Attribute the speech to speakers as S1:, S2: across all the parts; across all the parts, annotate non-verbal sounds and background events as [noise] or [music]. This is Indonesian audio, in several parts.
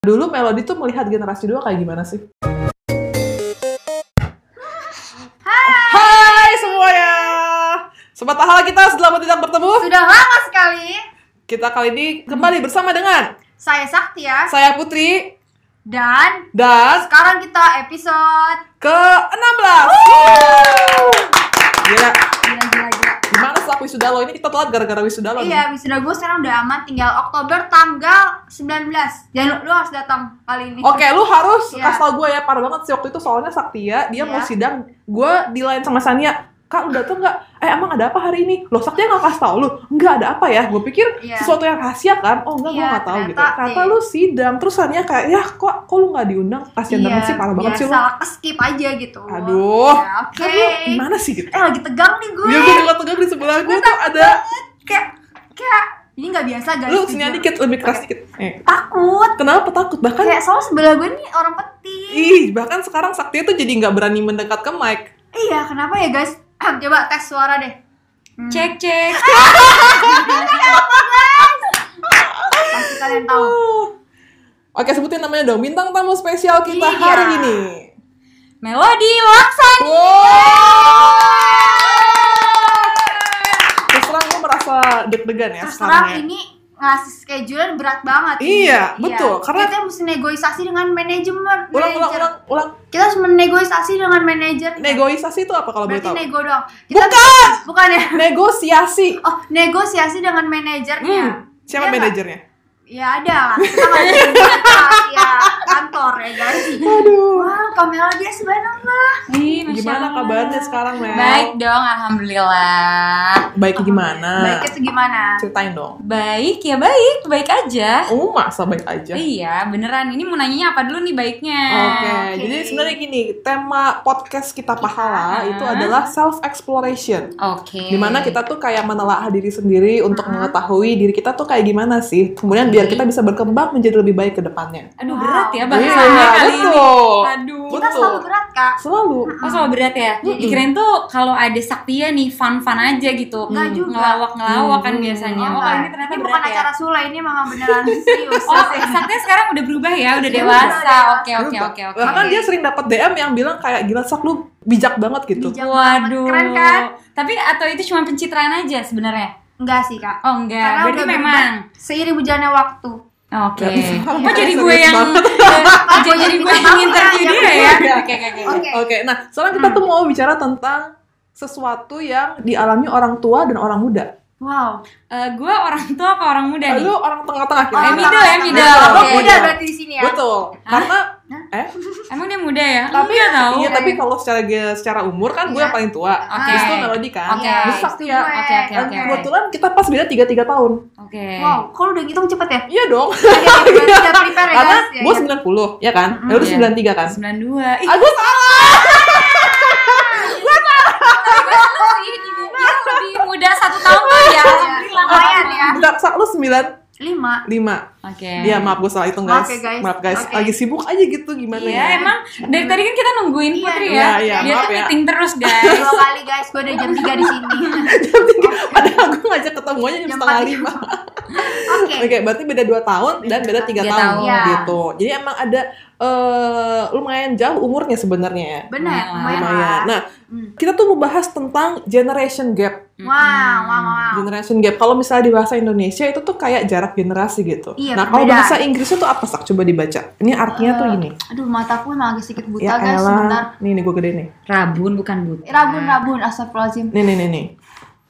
S1: Dulu Melody tuh melihat generasi dua kayak gimana sih? Hai, semuanya. Sobat Pahala kita selama tidak bertemu.
S2: Sudah lama sekali
S1: Kita kali ini kembali bersama dengan
S2: saya Saktia
S1: saya Putri
S2: dan
S1: dan
S2: sekarang kita episode
S1: ke-16. Gila,
S2: gila gila gila.
S1: gimana setelah wisuda lo ini kita telat gara-gara wisuda lo.
S2: Iya, wisuda gue sekarang udah aman tinggal Oktober tanggal 19. Jangan lu, lu harus datang kali
S1: nih.
S2: ini.
S1: Oke, lu harus
S2: Iya.
S1: kasih tau gue ya, parah banget sih waktu itu soalnya Saktia, dia mau
S2: Iya.
S1: sidang, gue di lain sama Sania, Kak udah tuh nggak, eh emang ada apa hari ini? Loh Saktia nggak kasih tau lu, nggak ada apa ya? Gue pikir
S2: Iya.
S1: sesuatu yang rahasia kan, oh enggak gue
S2: Iya,
S1: nggak tahu gitu.
S2: ternyata,
S1: Ternyata
S2: iya.
S1: lu sidang, terus Sania kayak, ya kok kok lu nggak diundang?
S2: Iya,
S1: Kasian banget sih, parah banget sih lu.
S2: Salah skip aja gitu.
S1: Aduh. Iya,
S2: Ya, Oke.
S1: Kan lu gimana sih gitu?
S2: Eh lagi tegang nih gue.
S1: Dia gue juga tegang di sebelah gue tuh ada,
S2: Kayak kayak ini nggak biasa guys.
S1: lu
S2: jujur.
S1: sini dikit, kan? lebih keras dikit. Eh,
S2: Takut.
S1: kenapa takut? Bahkan
S2: Kayak soal sebelah gue nih orang penting.
S1: Ih, bahkan sekarang Saktia tuh jadi nggak berani mendekat ke mic.
S2: Iya, kenapa ya guys? Coba tes suara deh. Hmm.
S3: cek
S2: [laughs]
S3: cek
S2: Pasti kalian tahu.
S1: Oke, sebutin namanya dong. Bintang tamu spesial kita
S2: Iya.
S1: hari ini.
S3: melodi laksan
S1: Iya. Wow. Terus terang gue merasa deg-degan ya
S2: Terus
S1: sekarang
S2: terang
S1: ya.
S2: ini ngasih schedule berat banget.
S1: Iya, betul. Karena-
S2: kita mesti negosiasi dengan manajemen.
S1: Ulang, ulang,
S2: manajer.
S1: ulang, ulang.
S2: Kita harus menegosiasi dengan manajer.
S1: Negosiasi itu apa kalau boleh
S2: Berarti
S1: tahu?
S2: nego dong.
S1: Bukan!
S2: Bukan ya. [laughs]
S1: Negosiasi.
S2: Oh, negosiasi dengan manajernya.
S1: Hmm. Siapa
S2: Iya
S1: manajernya?
S2: nggak? Ya ada lah. Kita nggak bisa kontrak, ya kantor ya guys.
S1: Aduh.
S2: Wah, kamera dia subhanallah.
S3: Ih, Masya
S1: Gimana
S3: Allah.
S1: kabarnya sekarang, Mel?
S3: baik dong alhamdulillah
S1: Baiknya gimana?
S2: Baik ya. itu gimana?
S1: Ceritain dong.
S3: baik ya baik baik aja
S1: Oh, masa baik aja.
S3: iya beneran ini mau nanyanya apa dulu nih baiknya
S1: Oke,
S2: Oke. Iya.
S1: jadi sebenarnya gini, tema podcast kita pahala itu adalah self exploration.
S3: oke
S1: Dimana kita tuh kayak menelaah diri sendiri untuk mengetahui diri kita tuh kayak gimana sih. Kemudian biar kita bisa berkembang menjadi lebih baik ke depannya.
S3: aduh
S2: Wow.
S3: berat ya
S1: Iya,
S3: bahasannya kali ini
S1: betul.
S3: aduh
S2: Kita
S1: Betul.
S2: selalu berat kak.
S1: Selalu.
S3: Oh, sama berat ya?
S1: Mm-mm.
S3: Dikirain tuh kalau ada saktia nih, fun-fun aja gitu.
S2: Enggak juga.
S3: Ngelawak-ngelawak kan
S1: Mm-mm.
S3: biasanya.
S1: Oh,
S3: Oh, kalau ini ternyata
S2: ini bukan
S3: berat ya.
S2: acara Sule, ini memang beneran serius.
S3: Oh, saktia sekarang udah berubah ya, udah
S2: Iya, Udah
S3: dewasa.
S2: dewasa. Iya,
S3: Oke, oke, oke, oke.
S1: Bahkan dia sering dapat DM yang bilang kayak gila sak lu bijak banget gitu.
S2: Bijak banget. Keren kan?
S3: Tapi atau itu cuma pencitraan aja sebenarnya?
S2: Enggak sih kak.
S3: Oh enggak,
S2: Karena
S3: berarti
S2: udah
S3: memang.
S2: berubah seiring berjalannya waktu.
S3: Oke.
S1: Nggak bisa.
S3: Kok jadi
S1: Serius
S3: gue yang
S1: banget.
S3: eh, jadi jadi gue yang
S2: Iya,
S3: interview
S2: iya,
S3: dia
S2: iya.
S3: ya? Oke, oke, oke. Hmm.
S2: Oke.
S1: Oke, nah sekarang kita tuh mau bicara tentang sesuatu yang dialami orang tua dan orang muda.
S2: Wow.
S3: Eh, Gue orang tua apa orang muda nih?
S1: Lalu orang tengah-tengah kita.
S3: Orang
S2: Orang
S3: middle ya,
S2: tengah-tengah.
S3: middle.
S2: Orang
S3: Oke.
S2: muda berarti di sini ya.
S1: Betul. Karena eh
S3: Emang dia muda ya?
S1: tapi
S3: Enggak tahu. ya.
S1: iya tapi kalau secara ge- secara umur kan gue
S2: Iya.
S1: yang paling tua.
S3: Oke.
S1: Terus tuh Melody kan.
S3: Oke.
S1: Terus Saktia.
S2: Gue.
S3: Oke, oke,
S1: Dan
S3: oke.
S1: kebetulan kita pas beda 3-3 tahun.
S3: Oke.
S2: Wow, kalau udah ngitung cepet ya?
S1: Iya dong.
S2: Oke, oke, berarti udah prepare ya
S1: Karena
S2: guys. Ya,
S1: gue
S2: ya.
S1: 90, ya kan?
S3: Mm,
S1: Melody
S3: iya.
S1: 93 kan?
S2: [laughs]
S3: 92. Ih,
S1: Ah, gue salah.
S3: tapi gue seneng sih dibilang lebih muda satu tahun tuh ya. Alhamdulillah.
S2: Lumayan ya.
S1: Bentar, Sak, lu 95.
S2: Lima.
S3: Oke.
S1: Iya, maaf gue salah hitung, guys.
S2: Maaf ya, guys.
S1: Maaf, guys.
S2: Oke.
S1: Lagi sibuk aja gitu gimana
S3: Iya,
S1: [laughs] ya?
S3: emang dari tadi kan kita nungguin
S2: Iya,
S3: Putri
S1: iya,
S3: ya.
S1: iya,
S3: Dia
S1: maaf
S3: tuh
S1: ya.
S3: meeting terus,
S2: [laughs]
S3: guys.
S2: Dua kali guys, gue udah jam 3 di sini.
S1: Padahal gue ngajak ketemuannya jam
S2: Jam
S1: setengah
S2: empat.
S1: lima.
S2: Oke.
S1: Oke, berarti beda 2 tahun dan beda 3
S3: Tiga
S1: tahun,
S3: tahun.
S2: Iya.
S1: gitu. Jadi emang ada eh, lumayan jauh umurnya sebenarnya ya.
S2: Benar,
S3: Lumayan.
S2: lumayan
S1: Lumayan.
S2: lah.
S1: Nah,
S2: Hmm.
S1: kita tuh membahas tentang generation gap.
S2: Wow, wow, wow.
S1: Generation gap. Kalau misalnya di bahasa Indonesia itu tuh kayak jarak generasi gitu.
S2: Iya,
S1: nah, kalau
S2: perbedaan.
S1: bahasa Inggrisnya tuh apa sak? Coba dibaca. Ini artinya tuh ini.
S2: Aduh, mata aku emang agak sedikit buta
S1: Ya
S2: guys, sebentar. Eh,
S1: elah. Nah. Nih nih gue gede nih.
S3: Rabun bukan buta.
S2: Rabun, rabun, astagfirullahaladzim.
S1: Nih nih nih nih.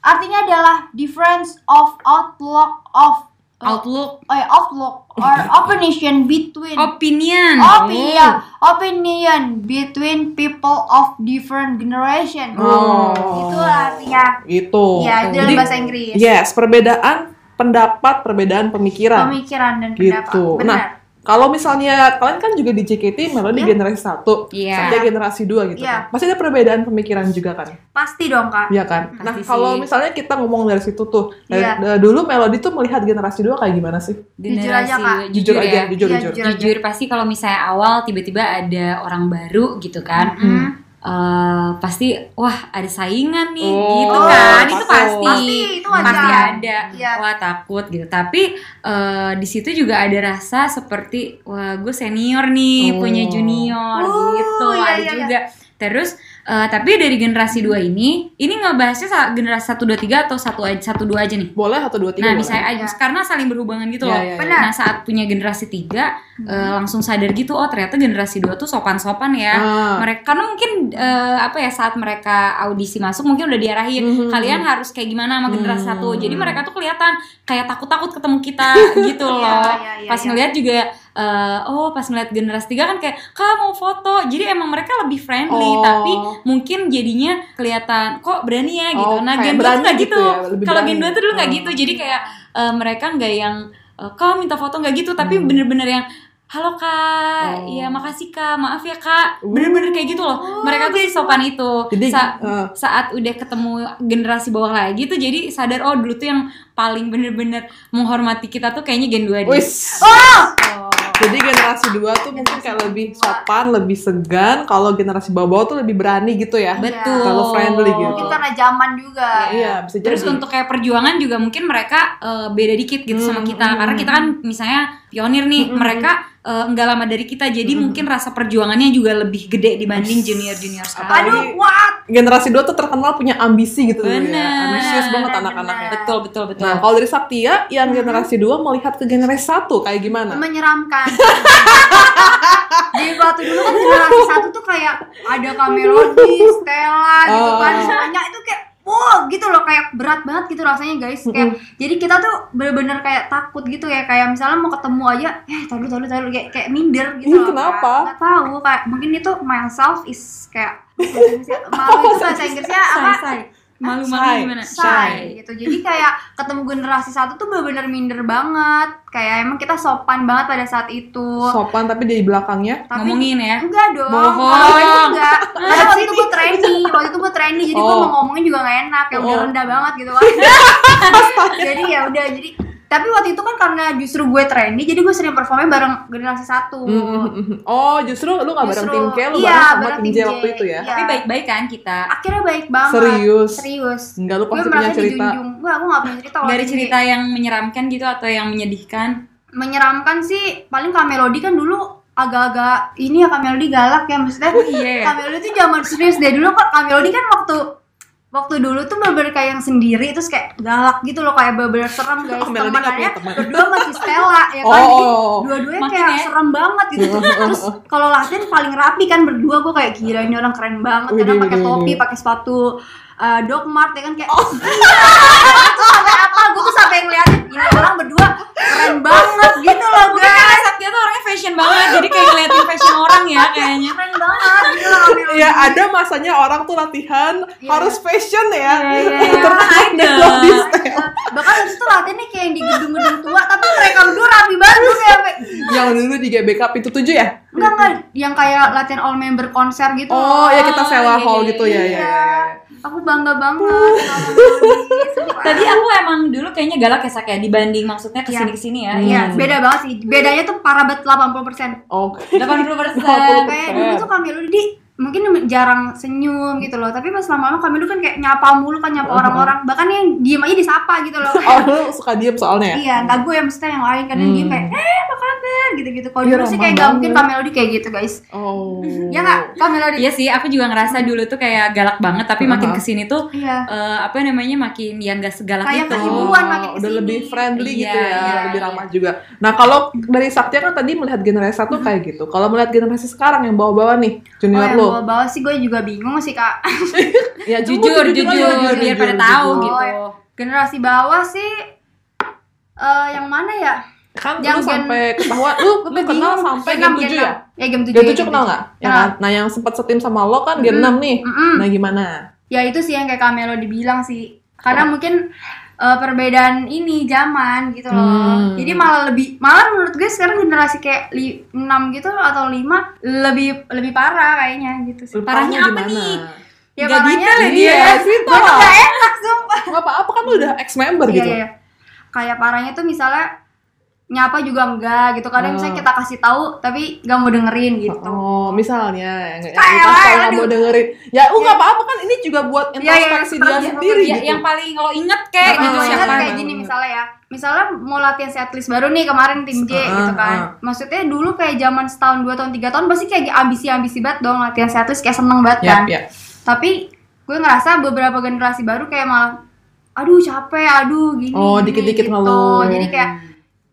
S2: Artinya adalah difference of outlook of
S3: Outlook,
S2: eh, outlook or opinion between
S3: opinion.
S2: Oh, opinion
S1: Oh.
S2: opinion between people of different generation.
S1: Oh.
S2: Itulah artinya.
S1: Gitu.
S2: Iya, itu dalam
S1: Jadi,
S2: bahasa Inggris.
S1: Yes, perbedaan pendapat, perbedaan pemikiran.
S2: Pemikiran dan pendapat.
S1: Nah, gitu.
S2: Benar.
S1: Nah, kalau misalnya kalian kan juga di JKT malah di
S2: Iya.
S1: generasi satu,
S3: Iya.
S1: Saktia generasi dua gitu
S2: Iya.
S1: kan. Pasti ada perbedaan pemikiran juga kan.
S2: Pasti dong, Kak.
S1: Iya kan. Nah,
S3: Pasti
S1: kalau
S3: sih.
S1: misalnya kita ngomong dari situ tuh, dari-
S2: Iya.
S1: dari dulu Melody tuh melihat generasi dua kayak gimana sih?
S3: Generasi-
S2: Jujur aja, Kak.
S3: Jujur,
S1: aja,
S3: ya.
S1: jujur
S2: Iya,
S1: jujur.
S2: aja.
S3: Jujur pasti kalau misalnya awal tiba-tiba ada orang baru gitu kan.
S2: Hmm.
S3: eh, pasti wah ada saingan nih
S1: Oh,
S3: gitu kan
S1: takut.
S3: itu pasti
S2: Pasti, itu wajar.
S3: Pasti ada
S2: Iya.
S3: wah takut gitu tapi eh, di situ juga ada rasa seperti wah gue senior nih
S1: Oh.
S3: punya junior
S2: Oh,
S3: gitu
S2: iya, iya,
S3: ada
S2: iya.
S3: juga terus eh, tapi dari generasi dua ini ini ngebahasnya sa- generasi satu dua tiga atau satu aja satu dua aja nih
S1: Boleh atau dua tiga?
S3: nah
S1: boleh.
S3: bisa aja
S2: Iya.
S3: karena saling berhubungan gitu
S1: Iya,
S3: loh
S1: iya, iya.
S2: Benar.
S3: Nah saat punya generasi tiga eh, langsung sadar gitu oh ternyata generasi dua tuh sopan-sopan ya
S1: Ah.
S3: mereka karena mungkin eh, apa ya saat mereka audisi masuk mungkin udah diarahin
S1: Mhm.
S3: kalian harus kayak gimana sama generasi
S1: Hmm.
S3: satu jadi mereka tuh kelihatan kayak takut-takut ketemu kita
S1: [laughs]
S3: gitu
S2: Iya,
S3: loh
S2: iya, iya,
S3: pas
S2: iya.
S3: ngeliat juga eh, oh pas ngeliat generasi tiga kan kayak kak mau foto jadi emang mereka lebih friendly
S1: Oh.
S3: tapi mungkin jadinya kelihatan kok berani ya gitu
S1: Oh,
S3: nah
S1: kayak
S3: gen dua tuh
S1: berani
S3: nggak
S1: gitu
S3: gitu,
S1: ya, lebih
S3: kalau
S1: berani.
S3: gen dua tuh dulu nggak
S1: Hmm.
S3: gitu jadi kayak eh, mereka nggak yang eh, kak minta foto nggak gitu tapi
S1: Hmm.
S3: bener-bener yang halo kak
S1: Oh.
S3: iya makasih kak maaf ya kak
S1: Uh.
S3: bener-bener kayak gitu loh mereka tuh sopan itu
S1: Jadi
S3: Sa-
S1: eh,
S3: saat udah ketemu generasi bawah lagi tuh jadi sadar oh dulu tuh yang paling bener-bener menghormati kita tuh kayaknya gen 2 deh
S1: wis. Jadi generasi dua tuh mungkin kayak lebih sopan, lebih segan. Kalau generasi bawah-bawah tuh lebih berani gitu ya.
S3: betul
S1: Kalau friendly gitu.
S2: Mungkin karena zaman juga.
S1: Iya, bisa jadi.
S3: Terus untuk kayak perjuangan juga mungkin mereka eh, beda dikit gitu sama
S1: Hmm,
S3: kita
S1: hmm,
S3: karena kita kan misalnya pionir nih mereka eh, nggak lama dari kita jadi mungkin rasa perjuangannya juga lebih gede dibanding junior junior
S1: Apalagi-
S3: sekarang.
S2: Aduh, what?
S1: generasi dua tuh terkenal punya ambisi gitu dulu ya.
S3: Bener.
S1: Ambisius banget
S2: Bener,
S1: anak-anaknya.
S2: bener.
S3: Betul betul betul.
S1: Nah, kalau dari Saktia yang generasi dua melihat ke generasi satu kayak gimana? [laughs]
S2: Menyeramkan. Jadi waktu dulu kan generasi satu tuh kayak ada Kamelody, Stella gitu kan.
S1: Oh.
S2: Semuanya itu kayak Wow, gitu loh kayak berat banget gitu rasanya guys kayak jadi kita tuh bener-bener kayak takut gitu ya kayak misalnya mau ketemu aja eh tahu tahu tahu kayak kayak minder gitu
S1: Ih,
S2: loh, Kak.
S1: kenapa?
S2: nggak tahu kayak mungkin itu myself is
S1: [laughs]
S2: kayak malu itu bahasa Inggrisnya apa
S3: Say, say. Malu-malu
S1: Say.
S3: gimana?
S2: say gitu jadi kayak ketemu generasi satu tuh bener-bener minder banget kayak emang kita sopan banget pada saat itu
S1: Sopan tapi di belakangnya.
S2: tapi iya.
S3: Ngomongin ya.
S2: enggak dong
S3: Bohong.
S2: Kalau itu
S1: [laughs]
S2: enggak karena waktu itu gue trainee waktu itu gue trainee jadi gue
S1: Nah, Oh.
S2: mau ngomongin juga gak enak ya udah
S1: Oh.
S2: rendah banget gitu
S1: [laughs]
S2: kan jadi ya udah jadi tapi waktu itu kan karena justru gue trainee jadi gue sering performnya bareng generasi satu
S1: Mm, mm, mm, mm. Oh, justru lu nggak bareng
S2: Justru.
S1: tim K, lu
S2: Iya,
S1: bareng sama
S2: bareng
S1: tim J
S2: tim J,
S1: waktu itu ya?
S2: iya.
S3: Tapi baik-baik kan kita.
S2: akhirnya baik banget
S1: Serius?
S2: serius
S1: Enggak, lu
S2: gue
S1: pasti punya
S2: merasa
S1: cerita.
S2: dijunjung gue aku gak punya cerita
S3: Gak
S2: waktu
S3: ada
S2: itu.
S3: cerita yang menyeramkan gitu atau yang menyedihkan.
S2: menyeramkan sih paling Kamelody kan dulu agak-agak ini ya Kamelody galak ya maksudnya
S3: Iya ya.
S2: Kamelody tuh zaman serius dari dulu kok Kamelody kan waktu waktu dulu tuh bener-bener kayak yang sendiri terus kayak galak gitu loh kayak bener-bener serem guys
S1: Kamelody nggak
S2: temenannya
S1: punya teman.
S2: berdua masih Stella ya
S1: Oh, oh,
S2: kan Jadi
S1: oh.
S2: dua-duanya
S3: Makin
S2: kayak
S3: ya.
S2: serem banget
S1: [laughs]
S2: gitu terus kalau latihan paling rapi kan berdua gue kayak gila ini orang keren banget
S1: Widih,
S2: kadang pakai
S1: widih,
S2: topi
S1: widih. Oh.
S2: pakai sepatu uh, Doc Mart ya kan kayak Gue tuh sampai apa gue tuh sampai ngeliatin ini orang berdua keren banget gitu loh
S3: Mungkin
S2: guys
S3: karena Satya tuh orangnya fashion banget, jadi kayak ngeliatin fashion orang ya kayaknya.
S2: keren banget gitu loh Kamelody.
S1: Ya ada masanya orang tuh latihan
S2: Iya.
S1: harus fashion ya.
S3: Iya, iya, iya.
S1: Terus
S3: Orang
S1: deadlock di
S3: idol.
S1: stage.
S2: iya. bahkan habis itu latihannya kayak yang di gedung-gedung tua tapi mereka berdua rapi banget gue kayak sampai,
S1: Yang Ya, dulu di GBK pintu tujuh ya?
S2: enggak enggak yang kayak latihan all member konser gitu
S1: Oh, ya kita sewa
S3: iya,
S1: hall
S3: iya,
S1: gitu ya, ya, ya, ya.
S2: aku bangga banget sama Melody, sumpah.
S3: Tadi aku emang dulu kayaknya galak ya Sak ya dibanding maksudnya kesini kesini ya.
S1: Hmm.
S2: [laughs] Iya, beda banget sih. Bedanya tuh parah banget 80%.
S1: Oke. [laughs]
S3: 80 persen.
S1: Oh,
S2: Kayak dulu tuh kami dulu di mungkin jarang senyum gitu loh, tapi pas lama-lama kami dulu kan kayak nyapa mulu kan nyapa orang-orang, bahkan yang diem aja disapa gitu loh.
S1: Oh, lu suka diem soalnya ya?
S2: Iya, nggak gue yang maksudnya yang lain kadang
S1: Hmm.
S2: diem kayak eh apa kabar gitu-gitu. Kalau
S1: Iya,
S2: dulu sih
S1: ramah
S2: kayak nggak mungkin
S1: banget.
S2: Kamelody kayak gitu guys.
S1: Oh.
S2: Ya nggak, Kamelody.
S3: Iya sih, aku juga ngerasa dulu tuh kayak galak banget, tapi makin
S1: Uh-huh.
S3: kesini tuh
S2: Iya.
S3: eh, apa namanya makin yang gak segalak
S2: Kayak
S3: itu.
S2: keibuan. makin
S1: Oh, udah
S2: kesini.
S1: lebih friendly
S3: Iya,
S1: gitu ya,
S3: iya,
S1: lebih
S3: iya.
S1: ramah juga. Nah kalau dari Saktia kan tadi melihat generasi satu kayak gitu. Kalau melihat generasi sekarang yang bawa-bawa nih
S2: Oh
S1: junior
S2: yang
S1: lo,
S2: bawa-bawa sih gue juga bingung sih kak [laughs]
S1: ya
S3: Jujur, jujur,
S1: aja,
S3: biar pada
S1: jujur.
S3: tahu
S2: gitu jujur. Oh,
S3: gitu.
S2: Generasi bawah sih eh yang mana ya?
S1: Kan lu
S2: Yang gen-
S1: sampai ketahuan, lu, lu kenal sampai gen 7 ya?
S2: Ya game 7
S1: Gen 7 kenal nggak? Ya
S2: Kenal.
S1: kan? Nah yang sempat setim sama lo kan gen 6
S2: Mm-mm.
S1: nih.
S2: Mm-mm.
S1: Nah gimana?
S2: Ya itu sih yang kayak Kamelo dibilang sih Karena mungkin eh, perbedaan ini zaman gitu loh
S1: Hmm.
S2: Jadi malah lebih Malah menurut gue sekarang generasi kayak 6 gitu atau 5 Lebih lebih parah kayaknya gitu sih
S1: Lu
S3: Parahnya
S1: tahu
S3: apa
S1: gimana?
S3: nih?
S2: Ya
S3: Nggak
S2: parahnya
S3: detail ya dia.
S1: Iya, sweet
S2: Gue tuh
S1: lah.
S2: nggak enak sumpah
S1: Gak apa-apa kan lu udah ex member
S2: Iya,
S1: gitu.
S2: iya, iya. Kayak parahnya tuh misalnya nyapa juga enggak gitu
S1: Ah.
S2: kadang misalnya kita kasih tahu tapi nggak mau dengerin gitu
S1: Oh, misalnya yang
S2: Ah,
S1: kita
S2: elah,
S1: kalau nggak mau
S2: aduh.
S1: dengerin, ya uh nggak apa-apa kan ini juga buat
S2: Iya, iya,
S1: introspeksi
S2: iya,
S1: dia
S2: iya,
S1: sendiri
S3: Ya,
S1: gitu.
S3: yang paling lo inget
S2: kayak
S3: kayak
S1: Ah,
S3: gitu
S1: ah, ah.
S3: siapa
S2: Eh, kayak gini misalnya ya misalnya mau latihan set list baru nih kemarin tim J
S1: Ah,
S2: gitu kan
S1: ah.
S2: maksudnya dulu kayak zaman setahun dua tahun tiga tahun pasti kayak ambisi ambisi banget dong latihan set list kayak seneng banget
S1: ya,
S2: kan
S1: ya.
S2: tapi gue ngerasa beberapa generasi baru kayak malah aduh capek aduh gini
S1: Oh,
S2: gini,
S1: dikit-dikit ya.
S2: gitu.
S1: ngeluh.
S2: jadi kayak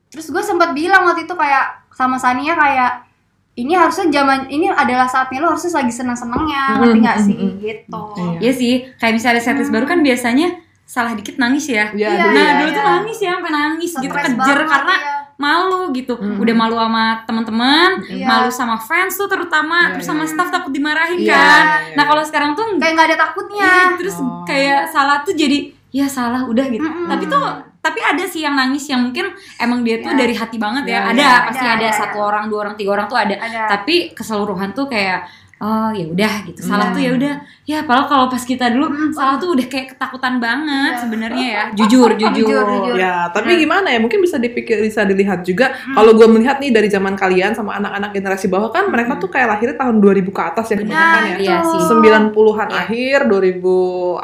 S2: terus gue sempat bilang waktu itu kayak sama Sania kayak ini harusnya zaman ini adalah saatnya lo harusnya lagi senang
S1: Mm,
S2: senangnya ngerti nggak
S1: mm,
S2: sih
S1: mm,
S2: gitu
S1: Iya.
S3: Iya sih, kayak misalnya set list baru kan biasanya salah dikit nangis
S1: Iya,
S3: ya.
S2: Hmm. Iya,
S1: dulu
S3: Nah,
S1: ya.
S3: dulu tuh
S2: iya.
S3: nangis ya, sampai nangis gitu
S2: Stres
S3: kejer
S2: banget, Hmm.
S3: karena
S2: iya.
S3: malu gitu.
S1: Mm.
S3: Udah malu sama teman-teman,
S2: Iya.
S3: malu sama fans tuh
S1: Iya,
S3: terutama, terus
S1: iya.
S3: sama staff takut dimarahin
S1: Iya,
S3: kan.
S1: iya,
S3: Nah,
S1: iya.
S3: kalau sekarang tuh enggak
S2: kayak nggak ada takutnya
S3: Iya, terus
S1: Oh.
S3: kayak salah tuh jadi ya salah udah gitu.
S2: Mm-mm.
S3: Tapi tuh tapi ada sih yang nangis yang mungkin emang dia tuh
S2: Ya.
S3: dari hati banget ya.
S1: Ya,
S3: ada
S1: ya.
S3: pasti
S2: Ada, ada,
S3: ada, satu orang, dua orang, tiga orang tuh
S1: Iya.
S3: ada.
S2: Ada.
S3: Tapi keseluruhan tuh kayak oh ya udah gitu. Salah
S1: Hmm.
S2: Iya.
S3: tuh ya udah. Ya padahal kalau pas kita dulu
S2: Hmm,
S3: salah tuh udah kayak ketakutan banget
S2: Iya.
S3: sebenarnya
S2: [laughs]
S3: ya. Jujur, jujur.
S2: Jujur, jujur.
S3: Iya.
S1: Ya, tapi gimana ya? Mungkin bisa dipikir, bisa dilihat juga.
S3: Hmm.
S1: Kalau gue melihat nih dari zaman kalian sama anak-anak generasi bawah kan, mereka tuh kayak lahirnya tahun 2000 ke atas ya kebanyakan
S2: gitu.
S1: ya.
S3: Hmm. Iya sih.
S1: 90-an
S3: Iya.
S1: akhir, 2000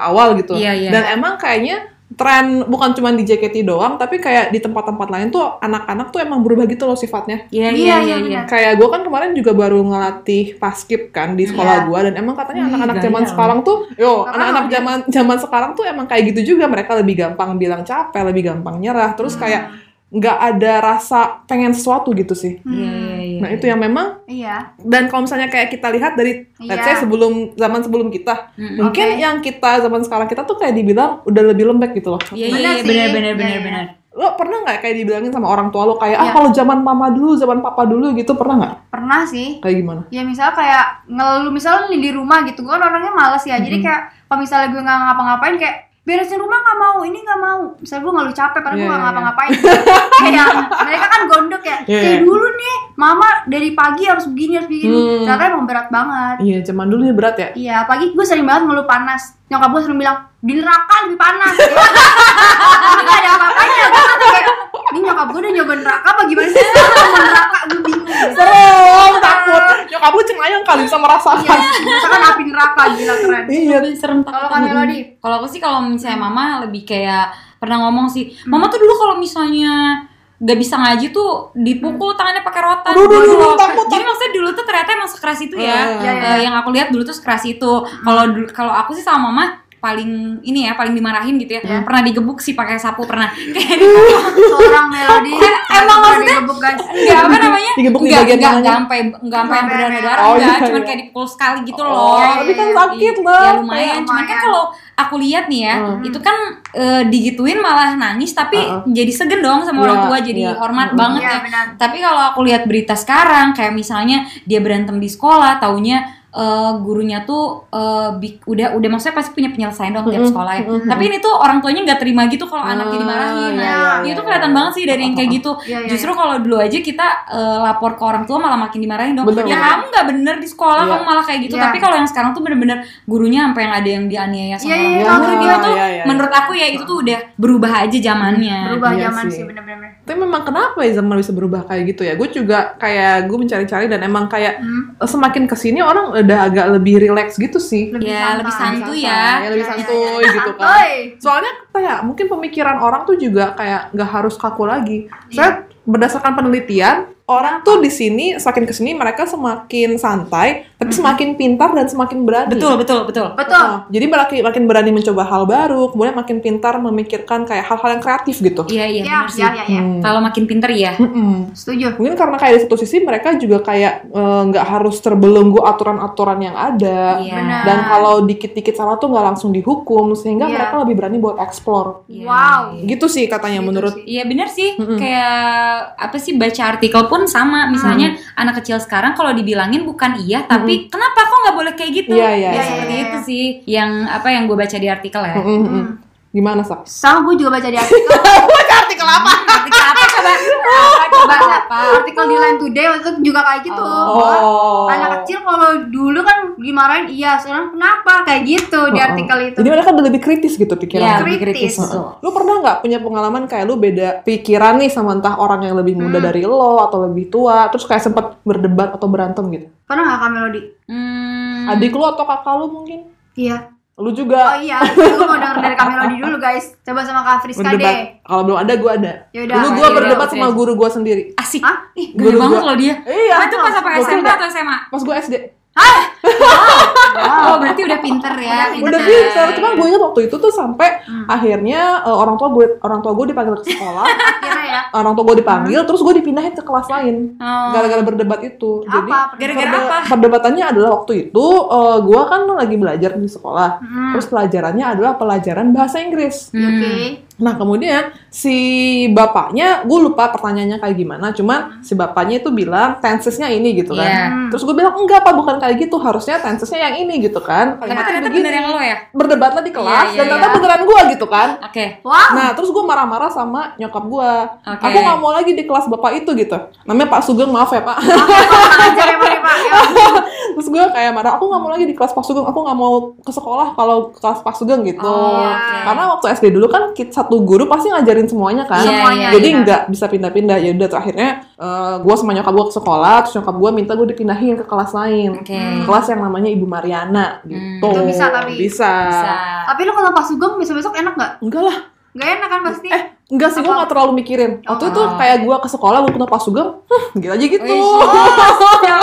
S1: awal gitu.
S3: Iya, iya.
S1: Dan emang kayaknya tren bukan cuma di JKT doang, tapi kayak di tempat-tempat lain tuh anak-anak tuh emang berubah gitu loh sifatnya.
S3: Iya, iya,
S2: Iya,
S3: iya,
S2: iya,
S3: iya.
S1: Kayak gue kan kemarin juga baru ngelatih paskip kan di sekolah gua gue dan emang katanya
S3: Wih,
S1: anak-anak
S3: gaya
S1: zaman
S3: loh.
S1: sekarang tuh, yo
S2: Iya. Gak ya.
S1: anak-anak
S2: apa-apa.
S1: zaman zaman sekarang tuh emang kayak gitu juga mereka lebih gampang bilang capek, lebih gampang nyerah,
S2: Nah.
S1: terus kayak nggak ada rasa pengen sesuatu gitu sih.
S2: Hmm,
S3: Iya, iya, iya.
S1: Nah itu yang memang
S2: iya
S1: dan kalau misalnya kayak kita lihat dari let's
S2: Iya.
S1: say sebelum zaman sebelum kita
S3: Mm.
S1: mungkin
S2: Oke.
S1: yang kita zaman sekarang kita tuh kayak dibilang udah lebih lembek gitu loh.
S3: Iya, iya,
S2: Benar
S3: iya,
S2: sih.
S3: benar, benar,
S2: Iya,
S3: benar,
S2: iya.
S3: benar.
S1: Lo pernah nggak kayak dibilangin sama orang tua lo kayak ah
S2: Iya.
S1: kalau zaman mama dulu, zaman papa dulu gitu pernah nggak?
S2: pernah sih
S1: Kayak gimana?
S2: ya misalnya kayak ngeluh misalnya di rumah gitu gue kan orangnya males ya
S1: Mm-hmm.
S2: jadi kayak kalau misalnya gue nggak ngapa-ngapain kayak beresin rumah nggak mau ini nggak mau misalnya gue ngeluh capek padahal
S1: Iya,
S2: gue nggak
S1: iya, [laughs]
S2: ngapa-ngapain kayak mereka kan gondok ya
S1: Iya,
S2: kayak
S1: iya.
S2: dulu nih mama dari pagi harus begini harus begini
S1: Hmm.
S2: ternyata emang berat banget
S1: Iya zaman dulu ya berat ya.
S2: iya pagi gue sering banget ngeluh panas nyokap gue sering bilang di neraka lebih panas [laughs] tapi gak ada apa-apanya gue tuh kayak ini nyokap gue udah nyoba neraka apa gimana sih Nyoba neraka gue bingung gitu.
S1: Serem, takut. Nyokap lu cenayang kali bisa merasakan.
S2: Iya, misalkan api neraka gila keren.
S1: Iya.
S3: Lebih serem
S2: Kalau
S3: takut.
S2: Kamila, Di?
S3: Kalau aku sih kalau misalnya
S1: Hmm.
S3: mama lebih kayak pernah ngomong sih, mama tuh dulu kalau misalnya gak bisa ngaji tuh dipukul tangannya pakai rotan.
S1: Hmm. Aduh, aduh, aduh,
S3: Dulu.
S1: takut,
S3: Jadi maksudnya dulu tuh ternyata emang sekeras itu ya.
S1: Eh,
S2: iya, iya.
S3: Eh, yang aku lihat dulu tuh sekeras itu.
S1: Hmm.
S3: Kalau dulu- kalau aku sih sama mama paling ini ya paling dimarahin gitu ya.
S1: Iya.
S3: Pernah digebuk sih pakai sapu
S1: [laughs]
S3: pernah. Kayak
S2: Seorang melodi.
S3: [laughs] Emang maksudnya- Iya,
S2: gebuk guys.
S3: Enggak apa namanya?
S1: Digebuk di
S3: Enggak,
S1: bagian
S3: enggak,
S1: mananya?
S3: enggak sampai enggak sampai yang
S2: Sampai
S3: berdarah-darah
S1: merah. Oh,
S3: enggak,
S1: iya,
S3: cuman
S1: iya.
S3: kayak dipukul sekali gitu
S1: Oh,
S3: loh.
S1: tapi kan
S2: Iya,
S1: sakit
S3: Iya,
S1: lah.
S3: Ya lumayan,
S2: Kayak
S3: cuman kan
S2: lumayan.
S3: kalau aku lihat nih ya,
S1: Hmm.
S3: itu kan eh, digituin malah nangis tapi
S1: Uh-uh.
S3: jadi segen dong
S1: Iya,
S3: sama orang tua, jadi
S1: iya.
S3: hormat
S1: Mm-mm.
S3: banget
S2: Iya,
S3: ya.
S2: benar.
S3: Tapi kalau aku lihat berita sekarang kayak misalnya dia berantem di sekolah, taunya eh, gurunya tuh eh, bi- udah udah maksudnya pasti punya penyelesaian dong tiap
S1: Mm-mm.
S3: sekolah ya.
S1: Mm-mm.
S3: Tapi ini tuh orang tuanya nggak terima gitu kalau
S1: hmm,
S3: anaknya
S1: Ah, iya,
S3: dimarahin. Nah,
S1: iya,
S3: itu
S1: iya,
S3: kelihatan
S1: iya.
S3: banget sih dari yang kayak gitu.
S2: Iya, iya,
S3: Justru kalau dulu aja kita eh, lapor ke orang tua malah makin dimarahin dong.
S1: Betul.
S3: Ya kamu nggak bener di sekolah,
S1: Iya.
S3: kamu malah kayak gitu.
S2: Iya.
S3: Tapi kalau yang sekarang tuh bener-bener gurunya sampai yang ada yang dianiaya sama
S2: Iya,
S3: orang
S2: iya,
S3: tua.
S2: iya,
S3: Menurut
S2: iya,
S3: dia tuh,
S1: iya, iya.
S3: menurut aku ya itu tuh udah berubah aja zamannya.
S2: Berubah
S1: Iya
S2: zaman
S1: sih.
S2: sih bener-bener.
S1: Tapi memang kenapa ya zaman bisa berubah kayak gitu ya? Gue juga kayak gue mencari-cari dan emang kayak eh,
S2: Hmm.
S1: semakin kesini orang udah agak lebih rileks gitu sih.
S2: Lebih
S3: ya
S2: santai. Iya,
S3: lebih santuy ya.
S1: Santai, Iya, lebih santuy
S3: iya.
S1: gitu kan.
S2: Santuy.
S1: Soalnya kayak mungkin pemikiran orang tuh juga kayak nggak harus kaku lagi.
S2: Iya,
S1: Saya berdasarkan penelitian orang tuh di sini semakin kesini mereka semakin santai, tapi semakin pintar dan semakin berani.
S3: Betul, betul, betul.
S2: Mm-hmm. Betul.
S1: Oh, jadi makin makin berani mencoba hal baru, kemudian makin pintar memikirkan kayak hal-hal yang kreatif gitu.
S3: Iya, iya,
S2: Iya,
S3: bener sih.
S2: iya, iya, iya.
S1: Hmm.
S3: Kalau makin pinter ya.
S1: Mm-mm.
S2: Setuju.
S1: Mungkin karena kayak di satu sisi mereka juga kayak eh, nggak harus terbelenggu aturan-aturan yang ada.
S3: Iya.
S2: Benar.
S1: Dan kalau dikit-dikit salah tuh nggak langsung dihukum, sehingga
S2: Iya.
S1: mereka lebih berani buat eksplor.
S3: Iya.
S2: Wow.
S1: Gitu sih katanya
S2: Gitu
S1: menurut.
S2: sih.
S3: Iya benar sih,
S1: Mm-mm.
S3: kayak apa sih baca artikel pun sama. Misalnya anak kecil sekarang kalau dibilangin bukan iya, tapi kenapa kok nggak boleh kayak gitu?
S1: Iya, iya,
S3: Ya,
S1: iya.
S3: seperti
S2: Iya,
S3: itu
S2: iya.
S3: sih yang apa yang gue baca di artikel ya.
S2: Hmm.
S1: Mm-mm, mm-mm. Gimana sak? [laughs]
S2: Sama gue juga baca di artikel.
S1: Artikel apa?
S3: Artikel apa coba apa coba apa
S2: artikel di Line Today waktu itu juga kayak gitu bahwa
S1: Oh.
S2: anak kecil kalau dulu kan dimarahin iya sekarang kenapa kayak gitu di
S1: Oh, oh.
S2: artikel itu
S1: Jadi mereka udah lebih kritis gitu
S3: ya
S1: pikirannya.
S2: Iya.
S3: lebih kritis
S2: Kritis.
S3: betul.
S1: Lu pernah nggak punya pengalaman kayak lu beda pikiran nih sama entah orang yang lebih muda
S2: Hmm.
S1: dari lo atau lebih tua, terus kayak sempet berdebat atau berantem gitu?
S2: pernah nggak kamu melodi
S3: Hmm.
S1: Adik lu atau kakak lu mungkin?
S2: iya
S1: Lu
S2: oh
S1: juga
S2: iya gue mau denger dari Kamelodi dulu guys coba sama Kak Friska deh
S1: berdebat. Kalau belum ada, gue ada.
S2: Yaudah,
S1: Dulu gue
S2: yaudah.
S1: berdebat
S3: oke.
S1: sama guru gue sendiri.
S3: asik
S2: Hah?
S3: ih gede
S1: Guru
S3: banget
S1: gua.
S3: loh dia
S1: Iya.
S3: itu pas apa
S1: Gokil
S3: SMA
S1: nggak?
S3: atau SMA
S1: Pas gue SD.
S3: oh berarti udah pinter ya
S1: Udah pinter, cuma gue ingat waktu itu tuh sampai akhirnya eh, orang tua gue orang tua gue dipanggil ke sekolah,
S2: [laughs] Akhirnya ya
S1: orang tua gue dipanggil, terus gue dipindahin ke kelas lain
S3: Oh.
S1: gara-gara berdebat itu. Jadi
S2: apa
S3: gara-gara
S1: perde-
S3: apa
S1: Perdebatannya adalah waktu itu eh, gue kan lagi belajar di sekolah,
S2: Hmm.
S1: terus pelajarannya adalah pelajaran bahasa Inggris.
S2: oke
S1: Nah kemudian si bapaknya, gue lupa pertanyaannya kayak gimana, cuman si bapaknya itu bilang tensesnya ini gitu kan.
S3: Iya.
S2: Hmm.
S1: Terus gue bilang enggak pak bukan kayak gitu harusnya tensesnya yang ini gitu kan. Kalimatnya
S3: tapi Oh, iya. ternyata
S1: begini.
S3: bener yang lo ya
S1: berdebat lah di kelas
S3: Iya, iya,
S1: dan ternyata
S3: iya.
S1: beneran gue gitu kan.
S3: oke
S2: wow
S1: Nah terus gue marah-marah sama nyokap gue.
S3: Oke.
S1: Aku nggak mau lagi di kelas bapak itu gitu. Namanya Pak Sugeng maaf ya pak.
S2: kurang ajar
S1: [laughs]
S2: emang ya pak
S1: Iya,
S2: ya
S1: terus gue kayak marah aku nggak mau lagi di kelas Pak Sugeng. Aku nggak mau ke sekolah kalau ke kelas Pak Sugeng gitu.
S3: Oh, oke.
S1: Karena waktu SD dulu kan kit- satu guru pasti ngajarin semuanya kan.
S3: Iya,
S2: Semuanya,
S1: Jadi
S2: iya.
S1: nggak bisa pindah-pindah. Ya udah akhirnya gue sama nyokap gue ke sekolah. Terus nyokap gue minta gue dipindahin ke kelas lain.
S3: Oke.
S1: Kelas yang namanya Ibu Mariana gitu.
S2: Itu bisa tapi?
S1: Bisa.
S3: bisa
S2: tapi lu kalau pas sugeng besok besok enak nggak
S1: Enggak lah.
S2: nggak enak kan pasti
S1: Eh, Enggak sih, gue
S2: Apa?
S1: gak terlalu mikirin. Waktu
S2: Oh.
S1: itu kayak gue ke sekolah, gue kena pas sugeng, hah, gitu aja gitu.
S3: Wih.
S1: [laughs]
S3: Ka-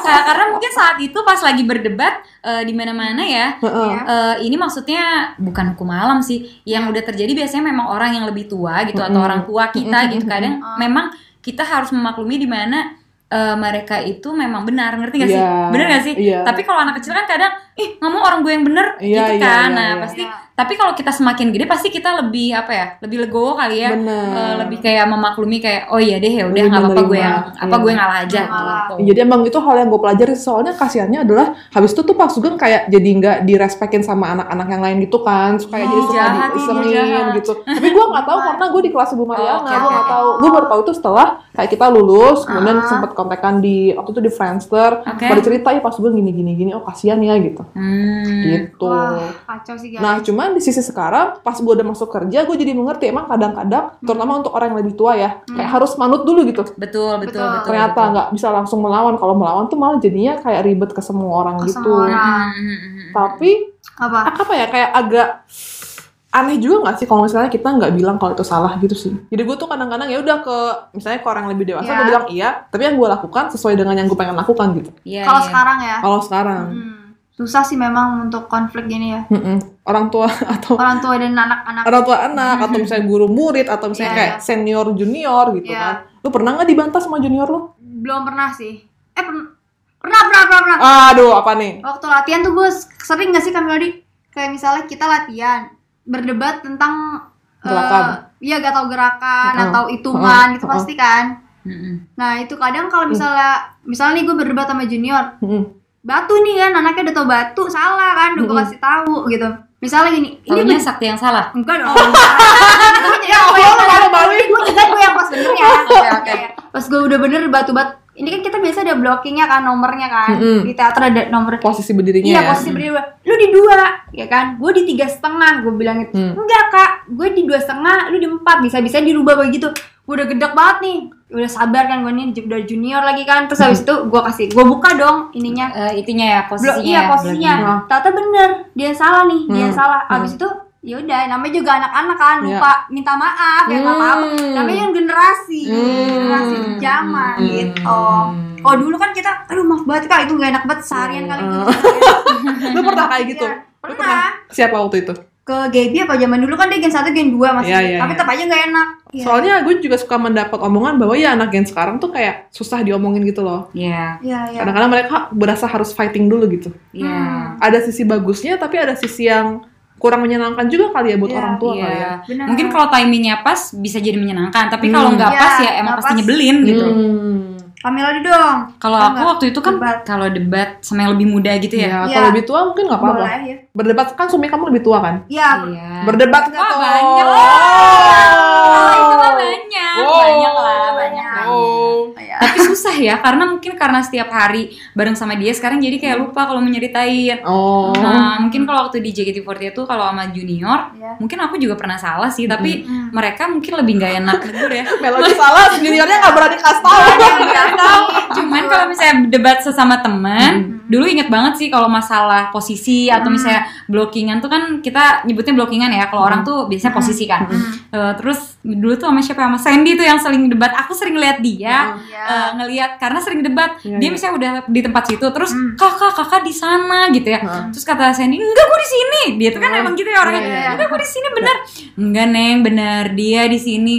S3: ka- karena mungkin saat itu pas lagi berdebat eh, di mana-mana ya
S1: Heeh.
S2: Iya.
S3: Eh, ini maksudnya bukan hukum alam sih yang
S1: Hmm.
S3: udah terjadi biasanya memang orang yang lebih tua gitu atau
S1: Mm-mm.
S3: orang tua
S1: Hmm.
S3: kita gitu kadang
S2: Mm-mm.
S3: memang kita harus memaklumi di mana eh, mereka itu memang benar ngerti gak sih
S1: Iya.
S3: bener gak sih
S1: Iya.
S3: tapi kalau anak kecil kan kadang ih ngomong orang gue yang bener
S1: Iya,
S3: gitu
S1: iya,
S3: kan
S1: iya,
S3: nah
S1: iya.
S3: pasti
S2: Iya.
S3: tapi kalau kita semakin gede pasti kita lebih apa ya lebih legowo kali ya
S1: Bener.
S3: Eh, lebih kayak memaklumi kayak oh iya deh ya udah
S1: Lebih
S3: nggak apa-apa gue
S1: menerima.
S3: yang apa
S1: Iya.
S3: gue ngalah aja
S2: Ngalah.
S3: gitu.
S1: Jadi emang itu hal yang gue pelajari soalnya kasihannya adalah habis itu tuh Pak Sugeng kayak jadi nggak direspekin sama anak-anak yang lain gitu kan, suka kayak jadi
S3: Oh,
S1: suka
S3: jahat, iya,
S1: diisengin
S3: jahat.
S1: gitu. Tapi gue nggak
S3: [laughs]
S1: tahu karena gue di kelas Ibu Mariana,
S3: Oh, oke,
S1: gue nggak
S3: oke.
S1: tahu. Gue baru tahu itu setelah kayak kita lulus, kemudian
S2: Ah.
S1: sempet kontekan di waktu itu di Friendster,
S3: Oke.
S1: pada cerita ya Pak Sugeng gini-gini gini, oh kasihan ya gitu,
S3: Hmm.
S1: gitu.
S2: wah kacau sih guys
S1: Nah, cuman di sisi sekarang, pas gue udah masuk kerja, gue jadi mengerti emang kadang-kadang,
S3: Hmm.
S1: terutama untuk orang yang lebih tua ya, kayak harus manut dulu gitu.
S3: betul betul
S2: Betul.
S3: betul
S1: Ternyata
S3: betul.
S1: nggak bisa langsung melawan. Kalau melawan tuh malah jadinya kayak ribet ke semua orang
S2: Ke
S1: gitu.
S2: semua orang.
S3: Hmm.
S1: Tapi
S2: apa
S1: apa ya kayak agak aneh juga nggak sih kalau misalnya kita nggak bilang kalau itu salah gitu sih. Jadi gue tuh kadang-kadang ya udah ke misalnya ke orang yang lebih dewasa
S2: Iya.
S1: gue bilang iya, tapi yang gue lakukan sesuai dengan yang gue pengen lakukan gitu.
S3: Iya,
S2: kalau
S3: iya.
S2: sekarang ya
S1: Kalau sekarang
S2: Hmm, susah sih memang untuk konflik gini ya
S1: mm-mm, orang tua [laughs] atau
S2: orang tua dan anak-anak
S1: orang tua anak atau misalnya guru murid atau misalnya
S2: Iya,
S1: kayak senior junior gitu
S2: Iya.
S1: kan. Lu pernah nggak dibantah sama junior lu?
S2: belum pernah sih eh pern- pernah pernah pernah pernah
S1: Aduh, apa nih?
S2: waktu latihan tuh gue sering gak sih Kamelodi kayak misalnya kita latihan berdebat tentang eh,
S1: Gerakan.
S2: iya gak tau gerakan
S1: Heeh.
S2: atau hitungan
S1: Heeh.
S2: gitu
S1: Heeh. Hmm.
S2: pasti kan
S3: Mm-mm.
S2: nah itu kadang kalau misalnya misalnya nih gue berdebat sama junior
S1: Mm-mm.
S2: batu nih kan anaknya udah tau batu salah kan udah gue
S1: Mm-mm.
S2: kasih tahu gitu misalnya gini
S3: Taunya
S2: ben-
S3: sakti yang salah
S2: enggak
S1: [laughs]
S2: dong ya gue yang
S1: Allah, malu-maluin.
S2: gue juga gue yang pas bener ya oke
S1: [laughs]
S2: oke pas gue udah bener batu bat ini kan kita biasa ada blockingnya kan nomornya kan
S1: Mm-mm.
S2: di teater ada nomor
S1: Posisi berdirinya
S2: iya
S1: ya.
S2: posisi berdua lu di dua ya kan gue di tiga setengah gue bilang gitu
S1: Hmm.
S2: enggak kak gue di dua setengah lu di empat bisa bisa dirubah begitu gue udah gedek banget nih udah sabar kan gue nih dari junior lagi kan terus
S1: Hmm.
S2: habis itu gue kasih gue buka dong ininya
S3: Eh, itinya ya posisinya
S2: Blok, iya
S3: ya,
S2: posisinya
S1: bloknya.
S2: tata bener dia yang salah nih dia yang
S1: Hmm.
S2: salah habis itu yaudah namanya juga anak-anak kan
S1: Iya.
S2: lupa minta maaf ya nggak apa-apa
S1: Hmm.
S2: namanya kan generasi
S1: Hmm.
S2: generasi zaman
S1: Hmm.
S2: gitu kalau dulu kan kita aduh maaf banget kak itu gak enak banget seharian kali
S1: Hmm.
S2: itu
S1: Lu pernah kayak gitu?
S2: Iya,
S1: Lu
S2: pernah.
S1: Siapa waktu itu?
S2: ke GB apa zaman dulu kan dia gen 1 gen 2 masih
S1: Iya, iya,
S2: tapi
S1: iya.
S2: tetap aja nggak enak Iya.
S1: Soalnya gue juga suka mendapat omongan bahwa ya anak gen sekarang tuh kayak susah diomongin gitu loh.
S3: Iya,
S2: iya iya
S1: Kadang-kadang mereka berasa harus fighting dulu gitu.
S3: iya.
S2: Hmm.
S1: Ada sisi bagusnya tapi ada sisi yang kurang menyenangkan juga kali ya buat
S2: Iya,
S1: orang tua
S3: Iya.
S1: kali ya.
S2: benar
S3: Mungkin kalau timingnya pas bisa jadi menyenangkan, tapi kalau
S1: Hmm.
S3: nggak
S2: Iya,
S3: pas ya emang
S2: nggak
S3: pasti
S2: pas.
S3: nyebelin gitu.
S1: Hmm.
S2: Pamela dulu dong
S3: Kalau
S2: Kalau
S3: aku
S2: nggak
S3: waktu itu kan
S2: debat.
S3: kalau debat sama yang lebih muda gitu ya.
S1: Ya,
S2: Iya.
S1: kalau lebih tua mungkin nggak apa-apa.
S2: boleh ya
S1: Berdebat kan suami kamu lebih tua kan?
S2: iya Oh,
S3: Iya.
S1: Berdebat
S3: Wah,
S1: nggak tuh?
S3: banyak.
S1: Wow.
S3: Kalau Oh, itu mah banyak. banyak, banyak lah, banyak banyak.
S1: Oh.
S2: Iya.
S3: Tapi susah ya, karena mungkin karena setiap hari bareng sama dia sekarang jadi kayak lupa kalau menyeritain.
S1: Oh.
S3: Nah, mungkin kalau waktu di JKT48 tuh kalau sama junior,
S2: Iya.
S3: mungkin aku juga pernah salah sih, tapi mereka mungkin lebih nggak enak negur ya.
S1: Melody salah, juniornya nggak berani kasih tahu.
S3: Nggak tahu. Cuman kalau misalnya debat sesama teman, dulu inget banget sih kalau masalah posisi atau misalnya blockingan tuh kan kita nyebutnya blockingan ya. Kalau orang tuh biasanya posisi kan.
S2: Hmm.
S3: Eh, terus dulu tuh sama siapa sama Sandy tuh yang sering debat. Aku sering lihat dia
S2: Iya.
S3: eh, ngelihat karena sering debat.
S1: Ya, Iya,
S3: dia
S1: iya.
S3: misalnya udah di tempat situ terus
S2: Hmm.
S3: kakak kakak di sana gitu ya.
S1: Heeh.
S3: Terus kata Sandy enggak gue di sini. Dia tuh kan
S1: Hmm.
S3: emang gitu ya orangnya.
S2: Iya, iya, iya.
S3: Enggak gue di sini bener. Enggak neng bener dia di sini.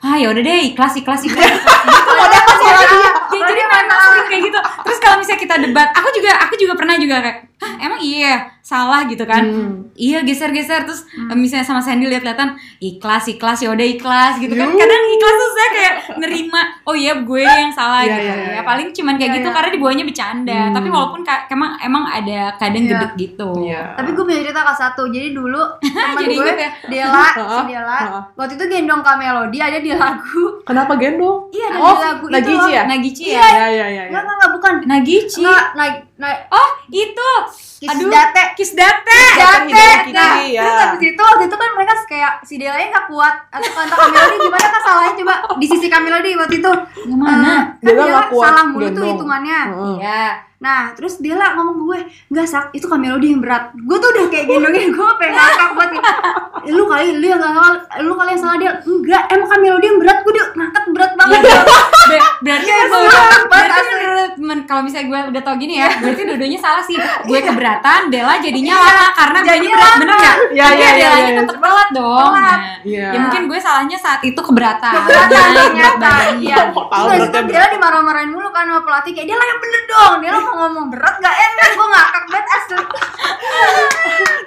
S3: Ah ya udah deh ikhlas ikhlas
S2: [laughs]
S3: ikhlas. Gitu
S1: Mau dapat suara dia.
S3: Ya,
S2: Iya.
S3: jadi memang sering kayak gitu. Terus kalau misalnya kita debat, aku juga aku juga pernah juga kayak, "Hah, emang iya salah gitu kan?"
S1: Hmm.
S3: Iya geser-geser terus
S2: Hmm.
S3: eh, misalnya sama Sandy lihat-lihatan ikhlas ikhlas ya udah ikhlas gitu kan kadang ikhlas tuh saya kayak nerima oh iya gue yang salah
S1: Iya,
S3: gitu
S1: iya, iya.
S3: ya paling cuman kayak
S2: Iya,
S3: gitu
S2: iya.
S3: karena dibawanya bercanda
S1: Hmm.
S3: tapi walaupun ka- emang emang ada kadang
S2: Iya.
S3: gedek gitu
S1: Iya.
S2: Tapi gue punya cerita kelas satu. Jadi dulu temen
S3: Jadi
S2: gue
S3: inget ya?
S2: Dela,
S1: Heeh,
S2: si Dela.
S1: heeh.
S2: Waktu itu gendong Kak Melody ada di lagu.
S1: Kenapa gendong?
S2: Iya, ada
S1: Oh,
S2: di lagu itu.
S1: Nagiji ya?
S3: Nagici
S1: Iya,
S3: ya
S1: iya, iya, iya.
S2: Enggak, enggak, enggak, bukan.
S3: Nagici
S2: Enggak, naik naik
S3: oh itu
S2: Kiss Date.
S3: kiss date
S1: Jate,
S2: Jate. Nah,
S1: Jate, ya.
S2: terus habis itu waktu itu kan mereka kayak si Dela nggak kuat atau kontak Kak Melody gimana kan salahnya coba di sisi Kak Melody waktu itu.
S3: Gimana?
S2: Eh, kan
S1: Dela
S2: Dela
S1: nggak kuat,
S2: salah mulu tuh
S1: gendong.
S2: hitungannya.
S1: Heeh.
S3: ya
S2: Nah, terus dia lah ngomong ke gue, nggak sak, itu kan melodi yang berat. Gue tuh udah kayak gendongin [laughs] gue pengen ngakak buat nih. Lu kali, lu yang nggak ngawal, lu kali yang salah dia. Enggak, emang kan melodi yang berat, gue udah ngangkat berat banget.
S3: Iya. Ber- berarti
S2: Oh, Iya,
S3: kalau
S2: salah
S3: udah-
S2: banget
S3: berarti
S2: asli.
S3: menurut men- kalau misalnya gue udah tau gini ya berarti dua-duanya salah sih gue keberatan Dela jadinya lama karena gue
S2: Iya. Jadinya
S3: berat
S2: lama.
S3: bener nggak
S1: Iya,
S3: Tapi
S1: iya, iya,
S3: Delanya
S1: iya.
S3: tetap telat dong
S2: telat.
S3: Nah,
S1: Iya.
S3: ya mungkin gue salahnya saat itu keberatan
S2: Keberatan,
S3: Nah,
S2: ternyata.
S3: berat
S2: Iya.
S3: badan.
S1: Mau tahu
S2: Terus
S1: beratnya
S2: itu dia dimarah-marahin mulu kan sama pelatih kayak dia lah yang bener dong. Dia lah mau ngomong berat nggak enak, gue ngakak banget asli. Iya,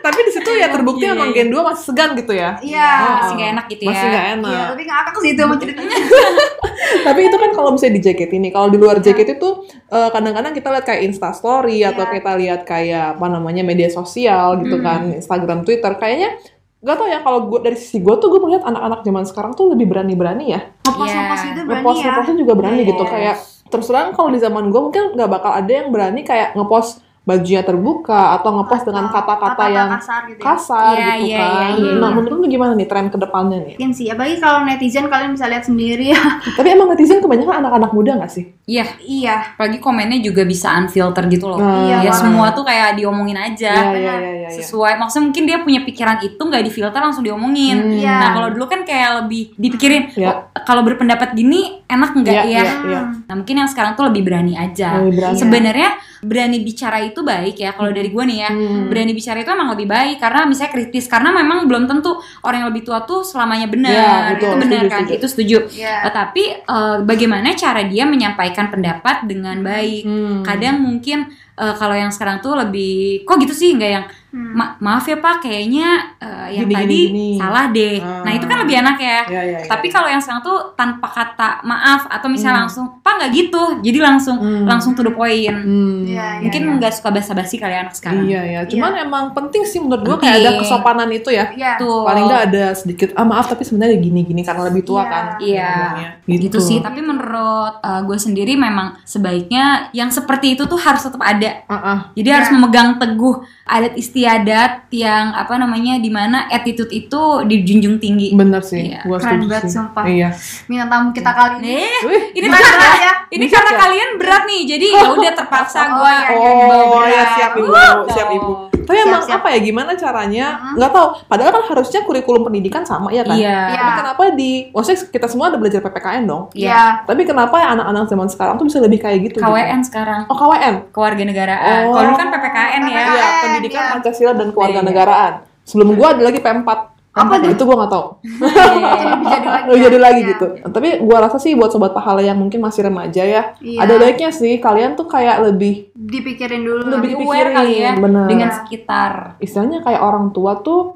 S1: Tapi di situ ya terbukti
S3: Iya,
S1: emang
S3: iya.
S1: Gen 2 masih segan gitu ya.
S2: Iya.
S1: Oh,
S3: masih nggak enak gitu ya.
S1: Masih nggak enak.
S2: Iya, tapi ngakak sih itu sama
S1: Iya.
S2: ceritanya.
S1: Tapi itu kan kalau misalnya di JKT nih, kalau di luar JKT tuh eh, kadang-kadang kita lihat kayak Insta Story atau
S2: Iya.
S1: kita lihat kayak apa namanya media sosial gitu kan, Instagram, Twitter. Kayaknya gak tau ya kalau gue dari sisi gue tuh gue melihat anak-anak zaman sekarang tuh lebih berani-berani ya.
S2: Ngepost-ngepost
S3: Iya.
S2: gitu berani ya.
S1: Ngepost-ngepostnya juga berani
S3: Yes.
S1: gitu kayak terus terang kalau di zaman gue mungkin nggak bakal ada yang berani kayak ngepost bajunya terbuka atau ngepost dengan kata-kata yang
S2: kasar gitu ya.
S1: kasar
S3: Iya,
S1: gitu
S3: iya,
S1: kan.
S3: iya, iya.
S1: Nah menurut lu gimana nih tren kedepannya nih?
S2: Mungkin sih, apalagi kalau netizen kalian bisa lihat sendiri
S1: [laughs]
S2: ya.
S1: Tapi emang netizen kebanyakan anak-anak muda gak sih?
S3: Iya,
S2: iya.
S3: apalagi komennya juga bisa unfilter gitu loh.
S1: Nah,
S2: Iya,
S3: ya
S2: banget.
S3: semua ya. tuh kayak diomongin aja.
S1: Iya, iya, iya, iya, iya.
S3: Sesuai maksudnya mungkin dia punya pikiran itu nggak difilter langsung diomongin.
S1: Hmm.
S2: Iya.
S3: Nah, kalau dulu kan kayak lebih dipikirin
S1: Ya.
S3: "Oh, kalau berpendapat gini enak nggak
S1: Iya, Oh,
S3: ya?
S1: iya, iya.
S3: Nah, mungkin yang sekarang tuh lebih berani aja.
S1: Lebih berani.
S3: Sebenarnya berani bicara itu baik ya kalau dari gue nih ya.
S1: Hmm.
S3: Berani bicara itu emang lebih baik karena misalnya kritis karena memang belum tentu orang yang lebih tua tuh selamanya benar.
S1: Ya, betul.
S3: Itu benar
S1: Setuju,
S3: kan?
S1: setuju.
S3: Itu setuju.
S2: Iya.
S3: Eh, tapi eh, bagaimana cara dia menyampaikan pendapat dengan baik?
S1: Hmm.
S3: Kadang mungkin eh, kalau yang sekarang tuh lebih kok gitu sih nggak yang
S2: Hmm.
S3: "Ma- maaf ya Pak kayaknya eh, yang
S1: Gini,
S3: tadi
S1: gini, gini."
S3: salah deh.
S1: Ah.
S3: Nah, itu kan lebih enak ya.
S1: Iya, iya, iya.
S3: Tapi kalau yang sekarang tuh tanpa kata maaf atau misalnya
S1: Hmm.
S3: langsung pak nggak gitu, jadi langsung
S1: Hmm.
S3: langsung to the point.
S1: Hmm.
S2: Iya, iya.
S3: Mungkin nggak suka basa-basi kali anak sekarang.
S1: Iya ya, cuman emang penting sih menurut gue kayak ada
S3: Penting.
S1: kesopanan itu ya.
S2: Iya.
S3: Tuh.
S1: Paling nggak ada sedikit ah maaf tapi sebenarnya gini-gini karena lebih tua
S2: Iya.
S1: kan.
S3: Iya.
S1: ngomongnya.
S3: Gitu sih, tapi menurut gue sendiri memang sebaiknya yang seperti itu tuh harus tetap ada.
S1: Ah, ah.
S3: Jadi harus
S2: Iya.
S3: memegang teguh adat istiadat yang apa namanya di mana attitude itu dijunjung tinggi.
S1: bener sih,
S3: Iya.
S1: gua
S2: Keren
S1: setuju
S2: banget,
S1: sih.
S2: sumpah.
S1: Iya.
S2: Minat tamu kita kali ini.
S3: Nih,
S1: Wih,
S3: ini
S2: Berat
S3: karena
S2: ya?
S3: ini
S1: Bisa
S3: karena
S1: ya?
S3: kalian berat nih, jadi ya udah terpaksa ya.
S2: Oh,
S3: gue.
S2: iya, iya.
S1: Oh
S2: Berat.
S1: ya siap ibu,
S3: Betul.
S1: siap ibu. Tapi
S2: Siap,
S1: emang
S2: siap. Uh-huh.
S1: apa ya gimana caranya?
S2: Mm-mm.
S1: Nggak tahu. Padahal kan harusnya kurikulum pendidikan sama ya kan.
S3: Iya.
S1: Tapi kenapa di, maksudnya kita semua ada belajar PPKN dong.
S2: Iya.
S1: Tapi kenapa ya anak-anak zaman sekarang tuh bisa lebih kayak gitu?
S3: KWN
S1: Gitu?
S3: sekarang.
S1: Oh KWN.
S3: kewarganegaraan.
S1: Oh.
S3: Kalau dulu kan PPKN ya.
S2: PPKN.
S1: Iya, pendidikan
S2: iya.
S1: Pancasila dan kewarganegaraan. Sebelum gua ada lagi P4.
S2: Apa tuh?
S1: itu gua nggak tahu.
S3: ya.
S2: Lebih jadi lagi.
S1: Oh, [laughs] jadi lagi
S2: Iya.
S1: gitu. Tapi gua rasa sih buat sobat pahala yang mungkin masih remaja ya,
S2: Iya.
S1: ada baiknya sih kalian tuh kayak lebih
S2: Dipikirin dulu.
S1: Lebih
S3: Lebih aware
S1: dipikirin,
S3: kali ya
S1: bener.
S3: dengan sekitar.
S1: istilahnya kayak orang tua tuh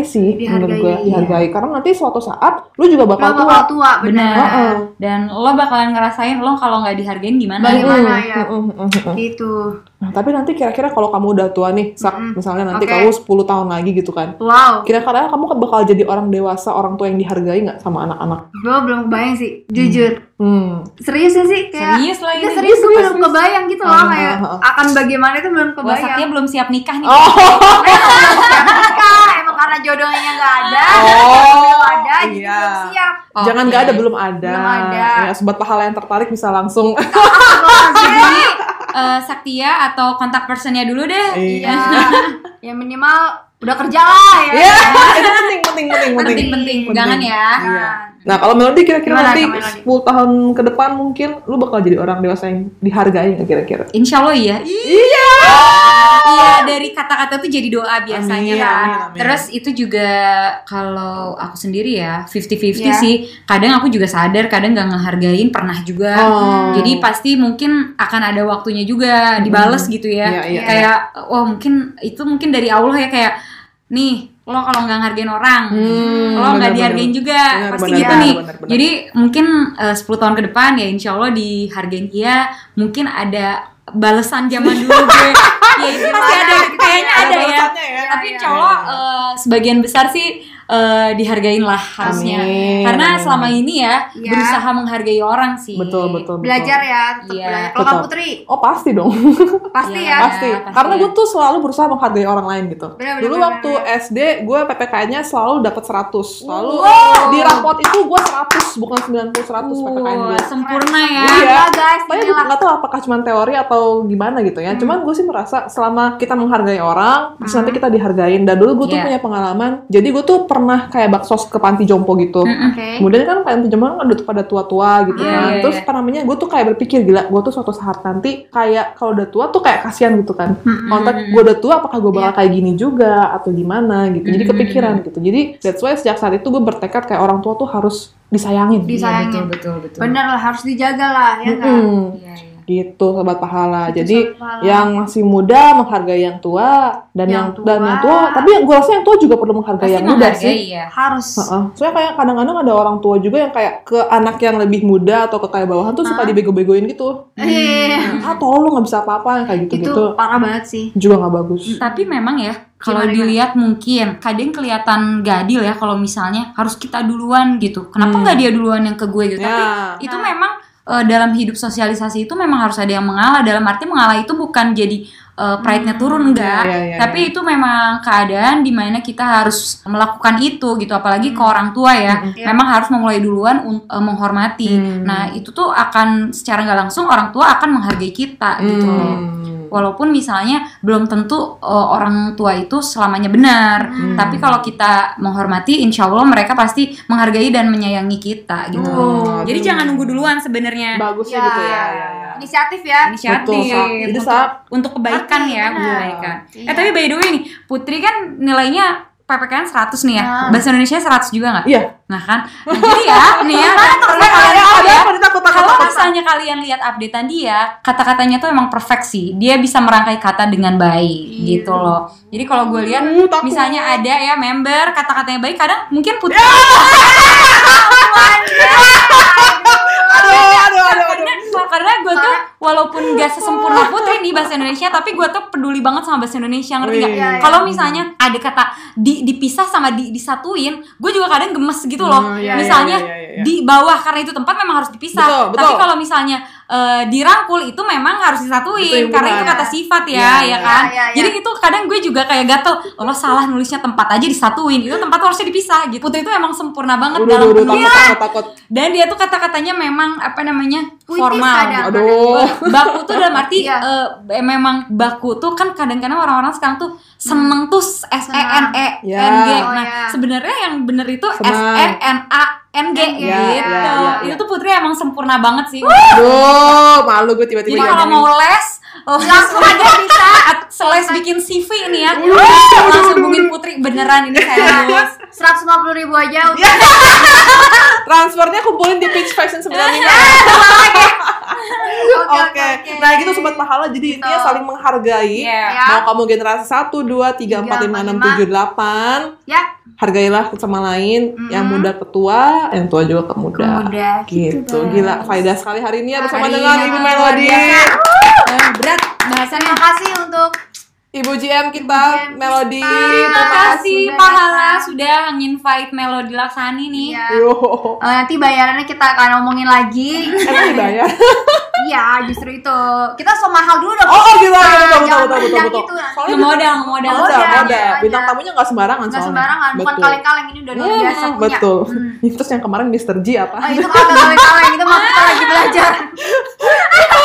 S1: dihargai sih
S2: Dihargai,
S1: menurut gua,
S2: iya.
S1: dihargai karena nanti suatu saat lu juga
S2: Lo
S1: bakal tua.
S2: bakal tua, benar.
S1: Heeh.
S3: Dan lo bakalan ngerasain lo kalau nggak dihargain gimana?
S2: Bagaimana ya?
S1: Mm, mm, mm, mm, mm.
S2: Gitu.
S1: Nah, tapi nanti kira-kira kalau kamu udah tua nih, Sak,
S2: Mm-mm.
S1: misalnya nanti
S2: Oke.
S1: kamu 10 tahun lagi gitu kan.
S2: Wow,
S1: Kira-kira kamu bakal jadi orang dewasa, orang tua yang dihargai nggak sama anak-anak?
S2: gue belum kebayang sih, jujur.
S1: Hmm.
S2: Serius gak sih? Kayak
S3: Serius lah
S2: Nggak,
S3: ini.
S2: ya. serius,
S1: Serius,
S2: gue belum
S1: serius.
S2: kebayang gitu loh,
S1: Ah,
S2: kayak
S1: ah, ah.
S2: akan bagaimana itu belum
S3: Bahwa
S2: kebayang. [laughs]
S3: Saktia belum siap nikah nih.
S1: Oh,
S2: Kak, emang karena jodohnya nggak ada,
S1: Oh,
S2: belum ada, jadi
S1: iya.
S2: belum siap.
S3: Oke.
S1: jangan nggak ada belum ada.
S2: Belum ada.
S1: Ya, sobat pahala yang tertarik bisa langsung.
S3: Jadi eh, Saktia atau kontak personnya dulu deh.
S2: [laughs] Iya, ya minimal udah kerja lah ya.
S1: Iya, itu penting, penting, penting, penting.
S3: Penting-penting,
S1: Penting.
S3: jangan ya.
S1: Iya. Nah, kalau Melody kira-kira
S2: Gimana,
S1: nanti 10
S2: Melody?
S1: tahun ke depan mungkin lu bakal jadi orang dewasa yang dihargai nggak kira-kira?
S3: Insya Allah iya.
S1: Iya.
S3: Iya dari kata-kata tuh jadi doa biasanya
S1: Amin,
S3: kan.
S1: amin, amin.
S3: Terus itu juga kalau aku sendiri ya 50-50
S2: Iya.
S3: sih. Kadang aku juga sadar, kadang nggak ngehargain pernah juga.
S1: Oh.
S3: Jadi pasti mungkin akan ada waktunya juga dibales gitu ya.
S1: Iya, iya,
S3: kayak wah mungkin itu mungkin dari Allah ya kayak nih lo kalau nggak ngargain orang,
S1: Hmm,
S3: lo Oh, nggak
S1: benar-benar.
S3: dihargain juga,
S1: Benar,
S3: pasti
S1: benar,
S3: gitu
S1: benar,
S3: nih.
S1: benar, benar.
S3: Jadi mungkin eh, 10 tahun ke depan ya Insya Allah dihargain dia, mungkin ada balesan zaman dulu gue.
S1: [laughs]
S3: ya itu pasti ada, kayaknya ada, ya.
S1: balasannya ya.
S3: Tapi Insya Allah eh, sebagian besar sih eh, dihargain lah harusnya,
S1: Amin,
S3: karena
S1: amin,
S3: selama ini ya
S2: Iya.
S3: berusaha menghargai orang sih.
S1: Betul, betul, betul.
S2: Belajar ya, tetap
S3: Iya.
S2: belajar. Kalau Kak
S1: Tetap.
S2: Putri,
S1: Oh pasti dong,
S2: pasti
S3: Iya.
S2: ya.
S1: [laughs] pasti.
S3: pasti
S1: Karena
S3: ya.
S1: gue tuh selalu berusaha menghargai orang lain gitu.
S2: Benar, benar,
S1: Dulu
S2: benar,
S1: waktu
S2: benar.
S1: SD gue PPK-nya selalu dapat 100. Selalu
S2: Wow.
S1: di rapot itu gue 100 bukan 90 100 PPKN
S3: Wah,
S1: gue.
S3: Uh, sempurna ya.
S1: Iya.
S2: Iya guys,
S1: Tapi gue
S2: inilah.
S1: nggak tahu apakah cuma teori atau gimana gitu
S3: Hmm.
S1: ya. Cuman gue sih merasa selama kita menghargai orang, terus nanti kita dihargain. Dan dulu gue tuh
S3: Iya.
S1: punya pengalaman. Jadi gue tuh pernah kayak baksos ke panti jompo gitu.
S2: Oke.
S1: Kemudian kan panti jompo kan udah pada tua-tua gitu
S3: Hmm. Iya,
S1: kan.
S3: iya,
S1: Terus
S3: iya.
S1: apa namanya? Gue tuh kayak berpikir gila. Gue tuh suatu saat nanti kayak kalau udah tua tuh kayak kasihan gitu kan.
S3: Hmm.
S1: Kontak gue udah tua apakah gue bakal kayak gini juga atau gimana gitu. Jadi
S3: Iya. Hmm.
S1: kepikiran gitu. Jadi that's why sejak saat itu gue bertekad kayak orang tua tuh harus disayangin.
S2: Disayangin. sayangin.
S3: betul betul.
S2: Bener lah, harus dijaga lah ya kan.
S1: Mm-mm.
S3: Iya, iya.
S1: Hmm. gitu sobat pahala
S2: Itu
S1: jadi
S2: sobat
S3: Ah.
S2: pahala.
S1: yang masih muda menghargai yang tua dan
S2: Yang
S1: yang, dan
S2: tua.
S1: yang tua tapi yang gue rasa yang tua juga perlu menghargai
S3: Pasti
S1: yang muda
S3: menghargai
S1: sih
S3: ya.
S2: Harus.
S1: Heeh. soalnya kayak kadang-kadang ada orang tua juga yang kayak ke anak yang lebih muda atau ke kayak bawahan tuh suka dibego-begoin gitu
S2: [laughs] Iya.
S3: Hmm.
S1: ah tolong nggak bisa apa-apa kayak gitu
S2: Itu
S1: gitu
S2: parah banget sih.
S1: juga nggak bagus
S3: Tapi memang ya kalau
S2: Gimana,
S3: dilihat mungkin kadang kelihatan gadil ya kalau misalnya harus kita duluan gitu. Kenapa
S1: Hmm.
S3: nggak dia duluan yang ke gue gitu? Tapi
S1: ya
S3: itu
S2: Nah.
S3: memang eh, dalam hidup sosialisasi itu memang harus ada yang mengalah. Dalam arti mengalah itu bukan jadi eh, pride-nya turun enggak,
S1: Iya, iya,
S3: tapi itu memang keadaan dimana kita harus melakukan itu gitu. Apalagi ke
S1: Hmm.
S3: orang tua ya,
S2: Iya.
S3: memang harus memulai duluan un- eh, menghormati.
S1: Hmm.
S3: Nah itu tuh akan secara nggak langsung orang tua akan menghargai kita gitu.
S1: Hmm.
S3: Walaupun misalnya belum tentu uh, orang tua itu selamanya benar,
S2: Hmm.
S3: tapi kalau kita menghormati, insya Allah mereka pasti menghargai dan menyayangi kita gitu.
S1: Oh,
S3: Jadi
S1: aduh.
S3: jangan nunggu duluan sebenarnya.
S1: bagusnya
S2: Ya.
S1: gitu ya, ya, ya.
S2: Inisiatif ya.
S3: Inisiatif
S1: Betul, Sak. Jadi,
S3: untuk,
S1: Sak-
S3: untuk kebaikan ya,
S2: Benar.
S3: untuk kebaikan.
S2: Iya.
S3: Eh tapi by the way nih, Putri kan nilainya PPKN 100 nih ya.
S2: Nah.
S3: Bahasa Indonesia 100 juga nggak?
S1: Iya.
S3: Nah kan. Nah, jadi ya, nih
S1: [laughs]
S3: ya.
S1: Ada, ada, ada, ada, takut-takut.
S3: Kalau misalnya kalian lihat updatean dia, kata-katanya tuh emang perfect sih. Dia bisa merangkai kata dengan baik
S1: Iya.
S3: gitu loh. Jadi kalau gue lihat,
S1: Uh, takut.
S3: misalnya ada ya member kata-katanya baik, kadang mungkin putri
S1: Ya, aduh aduh aduh aduh
S3: karena, karena gue tuh walaupun gak sesempurna putri nih bahasa Indonesia, tapi gue tuh peduli banget sama bahasa Indonesia ngerti nggak?
S1: Wih. Iya,
S2: iya.
S3: Kalau misalnya ada kata di, dipisah sama di, disatuin, gue juga kadang gemes gitu loh.
S1: Hmm, iya, iya,
S3: misalnya
S1: iya, iya, iya.
S3: di bawah karena itu tempat memang harus dipisah.
S1: Betul, betul.
S3: Tapi kalau misalnya eh, dirangkul itu memang harus disatuin
S1: Betul,
S3: karena
S1: bukan.
S3: itu kata sifat ya,
S1: Iya,
S3: ya
S1: iya.
S3: kan?
S2: Iya, iya,
S3: Jadi itu kadang gue juga kayak gatel, oh, lo salah nulisnya tempat aja disatuin. Itu tempat tuh harusnya dipisah gitu. Putri itu emang sempurna banget
S1: Udah,
S3: dalam
S1: udah,
S3: penulisan.
S1: takut, takut, takut.
S3: Dan dia tuh kata-katanya memang apa namanya?
S2: Puitis
S3: formal.
S2: kadang.
S1: Aduh.
S3: baku tuh dalam arti
S2: Iya.
S3: eh, memang baku tuh kan kadang-kadang orang-orang sekarang tuh seneng tuh s e n e n g
S1: Ya.
S2: Oh,
S3: nah
S2: ya.
S3: sebenarnya yang bener itu s
S1: Senang.
S3: e n a n g gitu
S2: Ya, ya,
S1: ya, ya.
S3: itu tuh putri emang sempurna banget sih
S1: Aduh, malu gue tiba-tiba.
S3: jadi kalau
S1: diajarin.
S3: mau les langsung aja bisa seles bikin CV nih ya langsung hubungin putri beneran ini
S2: Iya.
S3: serius
S2: 150 ribu
S1: [laughs]
S2: aja udah
S1: transfernya kumpulin di page fashion 95. [laughs] Oke. Nah, gitu sobat pahala jadi intinya saling menghargai.
S3: Iya.
S2: Ya.
S1: Mau kamu generasi 1 2 3 4 5 6 7 8,
S2: Ya,
S1: hargailah satu sama lain,
S2: Mm.
S1: yang muda ke tua, yang tua juga ke muda.
S2: kemudah
S1: Gitu, gila faedah sekali hari ini ya bersama
S2: Hari
S1: dengan
S2: ini
S1: Ibu
S2: luar
S1: Melody,
S2: biasa.
S3: Eh, berat
S2: Terima
S3: bahasannya.
S2: kasih untuk
S1: Ibu GM kita,
S2: Ibu GM
S1: Melody.
S2: kita.
S3: Terima kasih
S2: Sudah
S3: pahala
S2: datang.
S3: sudah nginvite Melody Laksani nih.
S2: Iya.
S1: Yo,
S2: Eh, nanti bayarannya kita akan omongin
S1: [laughs]
S2: lagi.
S1: emang dibayar?
S2: Iya, justru itu. Kita so mahal dulu dong.
S1: Oh, oh gitu, betul, betul,
S2: Nah, jangan
S1: betul, betul,
S2: berendah
S1: betul.
S2: gitu.
S3: Nggak modal, nggak modal.
S1: modal,
S2: Modal,
S1: modal.
S2: iya,
S1: Bintang
S2: iya.
S1: tamunya ya, nggak sembarangan
S2: Nggak
S1: soalnya.
S2: sembarangan, bukan
S1: Betul.
S2: kaleng-kaleng ini udah luar
S1: Hmm,
S2: biasa punya.
S1: betul. [laughs]
S2: Hmm.
S1: Terus yang kemarin Mr. G apa?
S2: Oh, itu kalau kaleng-kaleng itu mah kita lagi belajar.
S1: Iya.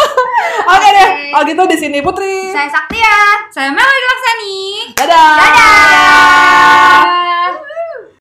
S1: Oke deh, kalau gitu di sini Putri.
S2: Saya Saktia.
S3: Saya Melody Laksani.
S1: Dadah.
S2: Dadah.